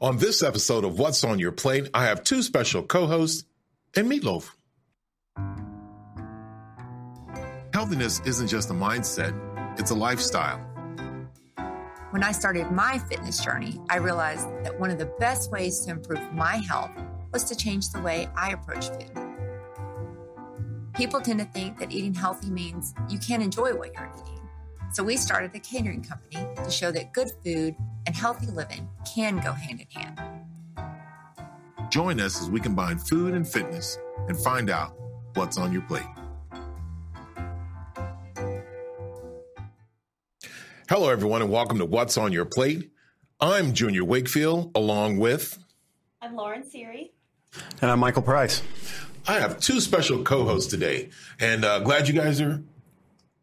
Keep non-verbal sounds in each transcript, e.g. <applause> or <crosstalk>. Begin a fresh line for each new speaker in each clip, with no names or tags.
On this episode of What's on Your Plate, I have two special co hosts and Meatloaf. Healthiness isn't just a mindset, it's a lifestyle.
When I started my fitness journey, I realized that one of the best ways to improve my health was to change the way I approach food. People tend to think that eating healthy means you can't enjoy what you're eating. So we started a catering company to show that good food and healthy living can go hand in hand.
Join us as we combine food and fitness and find out what's on your plate. Hello, everyone, and welcome to What's on Your Plate. I'm Junior Wakefield, along with
I'm Lauren Seary.
And I'm Uh, Michael Price.
I have two special co hosts today, and uh, glad you guys are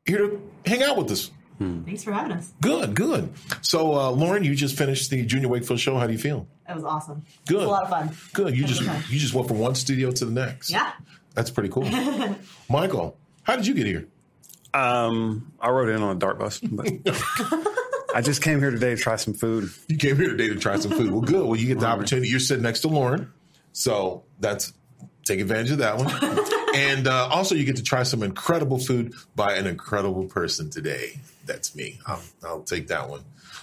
here to hang out with us.
Thanks for having us.
Good, good. So, uh, Lauren, you just finished the Junior Wakefield show. How do you feel?
That was awesome. It
Good.
was a lot of fun.
Good. You
Had a
just
good time.
you just went from one studio to the next.
Yeah.
That's pretty cool. Michael, how did you get here?
Um, I rode in on a dart bus, but I just came here today to try some food.
You came here today to try some food. Well, good. Well, you get the opportunity. You're sitting next to Lauren, so that's take advantage of that one. and uh, also, you get to try some incredible food by an incredible person today. That's me. I'll, I'll take that one.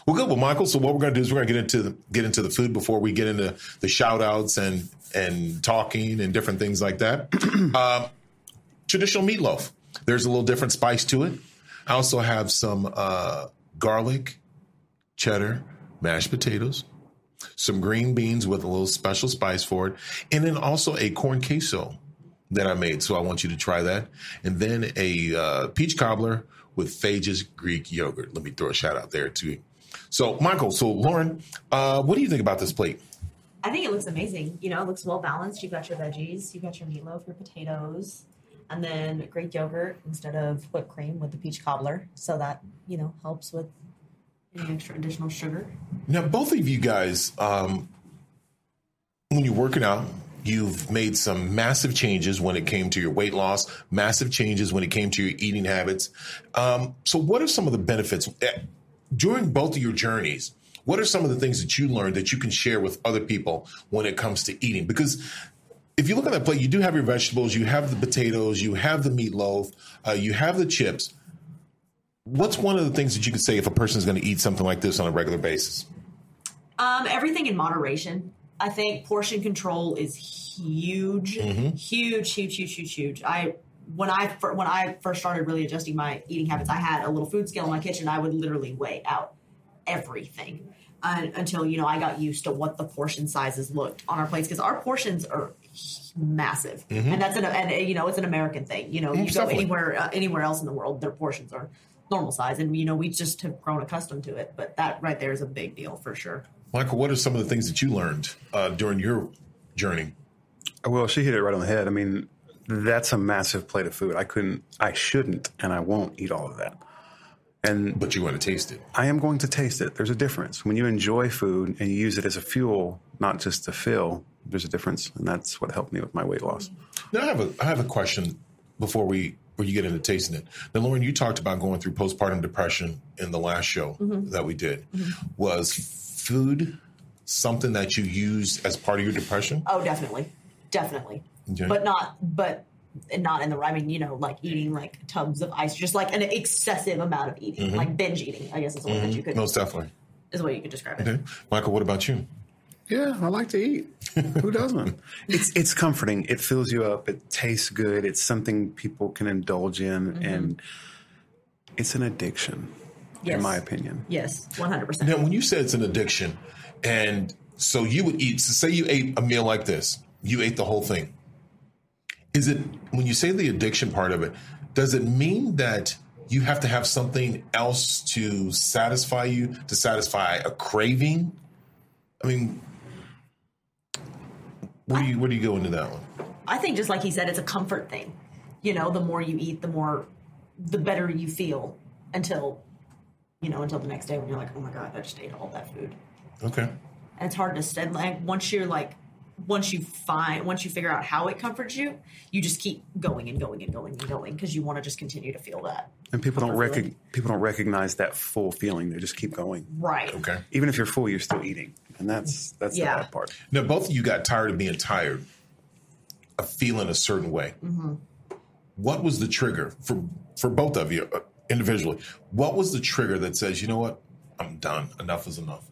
Well, good. Well, Michael. So what we're going to do is we're going to get into the, get into the food before we get into the shout outs and and talking and different things like that. um, traditional meatloaf. There's a little different spice to it. I also have some uh, garlic cheddar, mashed potatoes, some green beans with a little special spice for it, and then also a corn queso that I made. So I want you to try that. And then a uh, peach cobbler with Phage's Greek yogurt. Let me throw a shout out there too. So, Michael, so Lauren, uh, what do you think about this plate?
I think it looks amazing. You know, it looks well balanced. You've got your veggies, you've got your meatloaf, your potatoes, and then Greek yogurt instead of whipped cream with the peach cobbler. So that, you know, helps with any extra additional sugar.
Now, both of you guys, um, when you're working out, you've made some massive changes when it came to your weight loss, massive changes when it came to your eating habits. Um, so, what are some of the benefits eh, during both of your journeys? What are some of the things that you learned that you can share with other people when it comes to eating? Because if you look at that plate, you do have your vegetables, you have the potatoes, you have the meatloaf, uh, you have the chips. What's one of the things that you could say if a person's going to eat something like this on a regular basis?
Um, everything in moderation. I think portion control is huge, huge, huge, huge, huge, huge. I when I fir- when I first started really adjusting my eating habits, I had a little food scale in my kitchen. I would literally weigh out everything uh, until you know I got used to what the portion sizes looked on our plates because our portions are massive, and that's an and uh, you know it's an American thing. You know, you go
Absolutely.
anywhere uh, anywhere else in the world, their portions are normal size, and you know we just have grown accustomed to it. But that right there is a big deal for sure.
Michael, what are some of the things that you learned uh, during your journey?
Well, she hit it right on the head. I mean, that's a massive plate of food. I couldn't, I shouldn't, and I won't eat all of that. And
But you want to taste it.
I am going to taste it. There's a difference. When you enjoy food and you use it as a fuel, not just to fill, there's a difference. And that's what helped me with my weight loss.
Now, I have a I have a question before we before you get into tasting it. Now, Lauren, you talked about going through postpartum depression in the last show that we did. Was food something that you used as part of your depression?
Oh, definitely, definitely.
Okay.
But not, but not in the. I mean, you know, like eating like tubs of ice, just like an excessive amount of eating, like binge eating. I guess is the way that you could
Most definitely.
is the way you could describe it.
Okay. Michael, what about you?
Yeah, I like to <laughs> eat. Who doesn't? it's it's comforting. It fills you up. It tastes good. It's something people can indulge in, and it's an addiction,
Yes.
in my opinion.
Yes, one hundred
Now,
percent.
when you said it's an addiction, and so you would eat, so say you ate a meal like this, you ate the whole thing. Is it, when you say the addiction part of it, does it mean that you have to have something else to satisfy you, to satisfy a craving? I mean, where do you, where do you go into that one?
I think just like he said, it's a comfort thing. You know, the more you eat, the more, the better you feel until, you know, until the next day when you're like, oh my god, I just ate all that food.
Okay.
and it's hard to stand like once you're like once you find once you figure out how it comforts you, you just keep going and going and going and going because you want to just continue to feel that.
And people don't
Comfort
rec-
feeling.
people don't recognize that full feeling. They just keep going.
Right.
Okay.
Even if you're full, you're still eating, and that's that's
Yeah.
the bad part.
Now, both of you got tired of being tired, of feeling a certain way. What was the trigger for for both of you uh, individually? What was the trigger that says, you know what, I'm done. Enough is enough.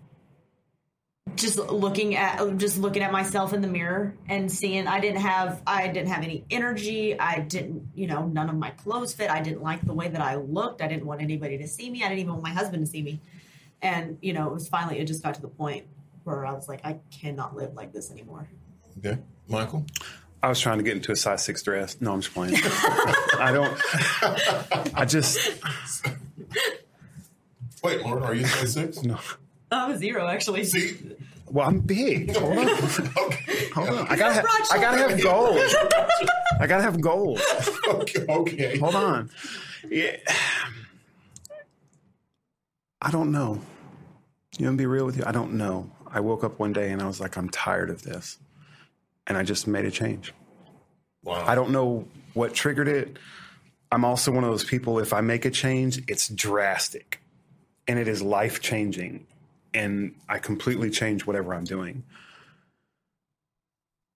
just looking at just looking at myself in the mirror and seeing I didn't have I didn't have any energy. I didn't, you know, none of my clothes fit. I didn't like the way that I looked. I didn't want anybody to see me. I didn't even want my husband to see me. And, you know, it was finally it just got to the point where I was like, I cannot live like this anymore.
Okay, Michael.
I was trying to get into a size six dress. No, I'm just <laughs> playing. I don't. I just
Wait, Lauren, are you size
<laughs>
six?
no.
I'm a Oh, zero actually.
See,
Well, I'm big. Hold on,
okay,
hold on. I gotta, have,
Broad
I gotta have
shoulders.
goals. <laughs> I gotta have goals.
okay, okay.
Hold on. Yeah. I don't know. You know, to be real with you, I don't know. I woke up one day and I was like, I'm tired of this, and I just made a change.
Wow.
I don't know what triggered it. I'm also one of those people, if I make a change, it's drastic and it is life changing. And I completely change whatever I'm doing.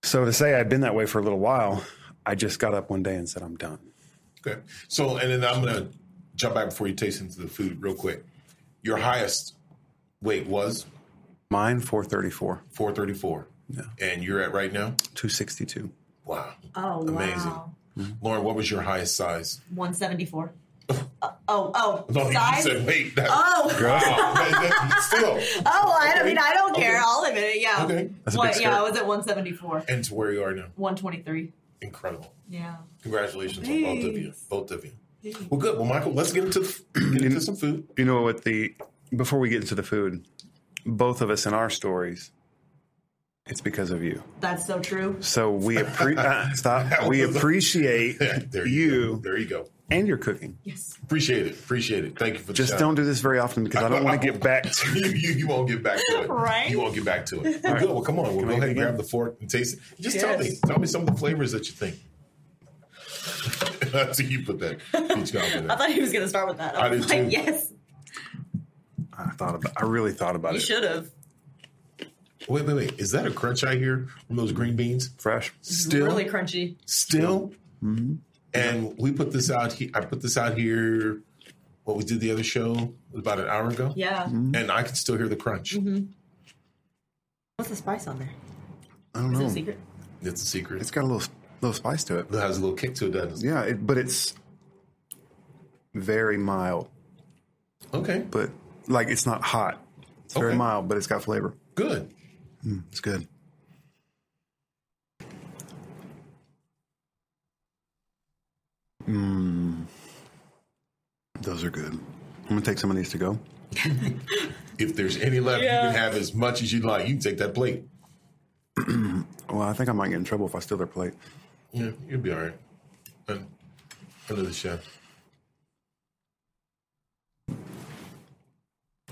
So to say I'd been that way for a little while, I just got up one day and said, I'm done.
Okay. So, and then I'm gonna jump back before you taste into the food real quick. Your highest weight was
Mine, 434,
434,
Yeah.
and you're at right now.
262.
Wow.
<laughs> Oh
Amazing.
wow.
Mm-hmm.
Lauren, what was your highest size?
174. Uh, oh, oh.
No, you
size?
said wait. That, <laughs>
Oh. <laughs>
Wow. That- that- still.
Oh, I mean I don't
Okay.
care. I'll admit it. Yeah.
Okay.
That's a
What-
big skirt.
yeah, I was at 174.
And to where you are now.
123.
Incredible.
Yeah.
Congratulations on both of you.
Thanks.
Both of you. Well, good. Well, Michael, let's get into, the, <clears throat> get into some
<clears throat>
food.
You know what? The before we get into the food, both of us in our stories, it's because of you.
That's so true.
So we
<laughs>
appre- uh, stop. We appreciate
There go.
you,
There you go.
and your cooking.
Yes.
Appreciate it. Appreciate it. Thank you for the
Just
shout.
don't do this very often because I don't want to get back to.
<laughs> you, you, you won't get back to it.
Right?
You won't get back to
<laughs>
it. Well, good. Well, come on. We'll go ahead and grab the fork and taste it. Just tell me.
Yes.
Tell me some of the flavors that you think. <laughs> That's how you put
<laughs>
that. Peach cobbler
I
there.
thought he was going to start with that. I,
I
was
did
like,
too.
yes,
I thought about. I really thought about
you
it.
should have.
Wait, wait, wait. Is that a crunch I hear from those green beans?
Fresh.
Still,
Really crunchy.
still. Mm-hmm. And we put this out. He- I put this out here. What we did the other show about an hour ago.
Yeah.
And I can still hear the crunch.
What's the spice on there?
I don't
Is it a
know.
secret?
It's a secret.
It's got a little little spice to it.
it has a little kick to it, doesn't it?
Yeah, it, but it's very mild.
Okay,
But like, it's not hot. It's very
Okay.
mild, but it's got flavor.
good.
It's good. Mmm. Hmm. Those are good. I'm gonna take some of these to go.
If there's any left, you can have as much as you'd like. You can take that plate.
Well, I think I might get in trouble if I steal their plate.
Yeah, you'll be all right. And under the chef.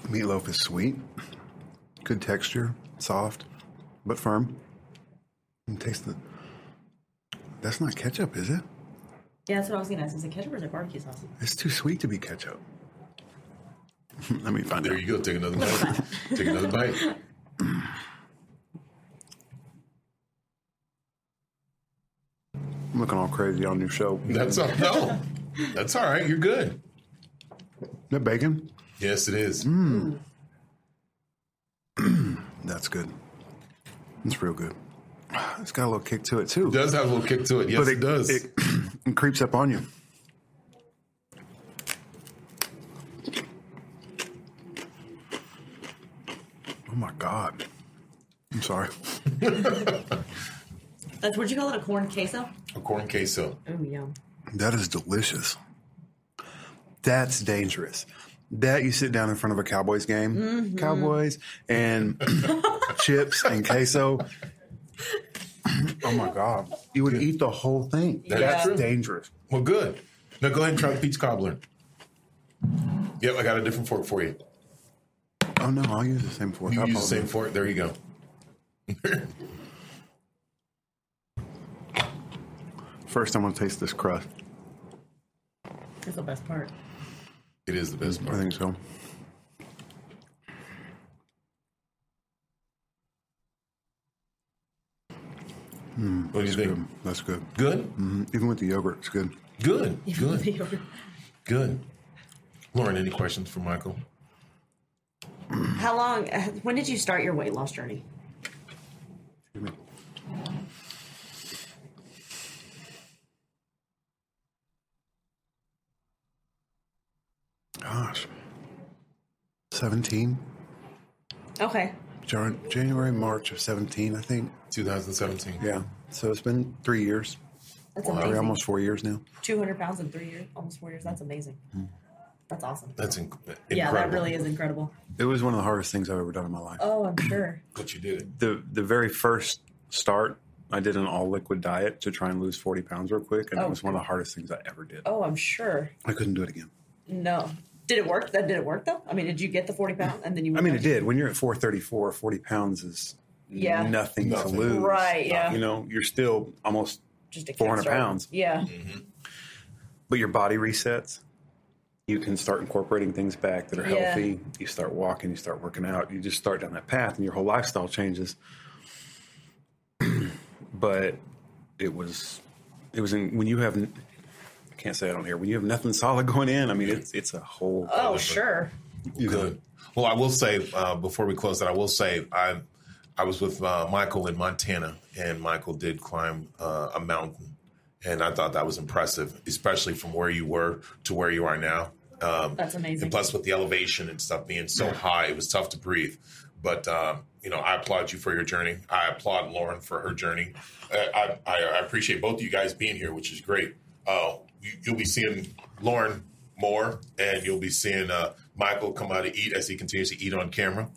Meatloaf is sweet, good texture, soft, but firm. And taste the. That's not ketchup, is it?
Yeah, that's what I was going to ask. Is it ketchup or is it barbecue sauce?
It's too sweet to be ketchup. <laughs> Let me find
There
out.
you go. Take another bite. Take another bite.
I'm looking all crazy on your show.
That's all. No, that's all right. You're good.
That bacon?
Yes, it is.
That's good. It's real good. It's got a little kick to it too.
It does have a little kick to it. Yes, it, does.
It, <clears throat> it creeps up on you. Oh my god! I'm sorry.
That's what you call it, a corn queso?
a corn queso.
Oh, yum.
That is delicious. That's dangerous. That you sit down in front of a Cowboys game, Cowboys, and chips and queso. oh my god! You would eat the whole thing.
That's
That's
true.
dangerous.
Well, good. Now go ahead and try the peach cobbler. Yep, I got a different fork for you.
Oh no! I'll use the same fork.
You
I
use the
apologize.
same fork. There you go.
First, I'm going to taste this crust.
That's the best part.
It is the best
Mm, I
part.
think so.
What do you think?
Hmm, That's good.
Good,
hmm Even with the yogurt, it's good.
good,
<laughs>
good, good. Lauren, any questions for Michael?
How long? uh, When did you start your weight loss journey?
Excuse me. Gosh. 17?
Okay.
Jan- January, March of 17, I think.
2017.
Yeah. So it's been three years.
That's
Three,
amazing.
almost four years now.
200 pounds in three years, almost four years. That's amazing.
Hmm.
That's awesome.
That's inc- incredible.
Yeah, that really is incredible.
It was one of the hardest things I've ever done in my life.
Oh, I'm sure.
But you did it.
the the very first start, I did an all liquid diet to try and lose forty pounds real quick, and
Oh,
it was one of the hardest things I ever did.
Oh, I'm sure.
I couldn't do it again.
No. Did it work? That did it work though? I mean, did you get the 40 pounds and then you?
I mean, it did. When you're at 434, 40 pounds is
Yeah.
nothing,
Nothing.
to lose. Uh,
Right, yeah.
You know, you're still almost,
Just a
400
kickstart.
pounds.
Yeah.
but your body resets. You can start incorporating things back that are
Yeah.
healthy. You start walking, you start working out, you just start down that path, and your whole lifestyle changes. <clears throat> but it was, it was in, when you have, n- I can't say I don't hear, when you have nothing solid <laughs> going in, I mean, it's, it's a whole.
Oh, sure.
Good. Well, I will say uh, before we close that I will say I I was with uh, Michael in Montana, and Michael did climb uh, a mountain, and I thought that was impressive, especially from where you were to where you are now. Um,
That's amazing.
And plus, with the elevation and stuff being so high, it was tough to breathe. But um, you know, I applaud you for your journey. I applaud Lauren for her journey. Uh, I, I, I appreciate both of you guys being here, which is great. Uh, you, you'll be seeing Lauren more, and you'll be seeing uh, Michael come out to eat as he continues to eat on
<laughs>
camera.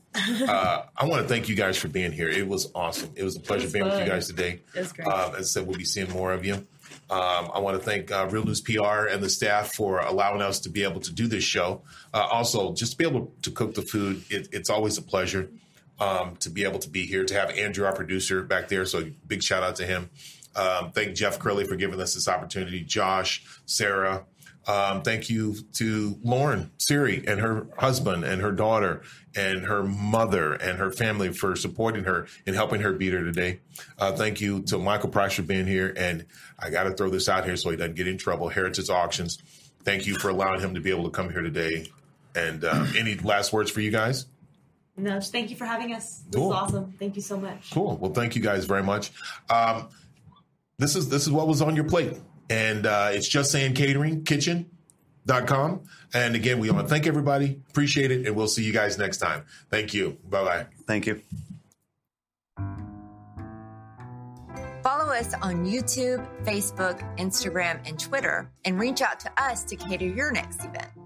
Uh, I want to thank you guys for being here. It was awesome. It was a pleasure
was
being with
fun.
you guys today.
It was great.
Um, as I said, we'll be seeing more of you. Um, I want to thank uh, Real News PR and the staff for allowing us to be able to do this show. Uh, also, just to be able to cook the food, it, it's always a pleasure um, to be able to be here, to have Andrew, our producer, back there. So, big shout out to him. Um, thank Jeff Curley for giving us this opportunity, Josh, Sarah. Um, thank you to Lauren Siri and her husband and her daughter and her mother and her family for supporting her and helping her beat her today. Uh, thank you to Michael Price for being here. And I got to throw this out here so he doesn't get in trouble. Heritage Auctions, thank you for allowing him to be able to come here today. And uh, any last words for you guys?
No, just thank you for having us. This
Cool.
is awesome. Thank you so much.
Cool. Well, thank you guys very much. Um, this is this is what was on your plate, and uh, it's just saying catering kitchen. Dot com. And again, we want to thank everybody. Appreciate it. And we'll see you guys next time. Thank you. Bye bye.
Thank you.
Follow us on YouTube, Facebook, Instagram, and Twitter, and reach out to us to cater your next event.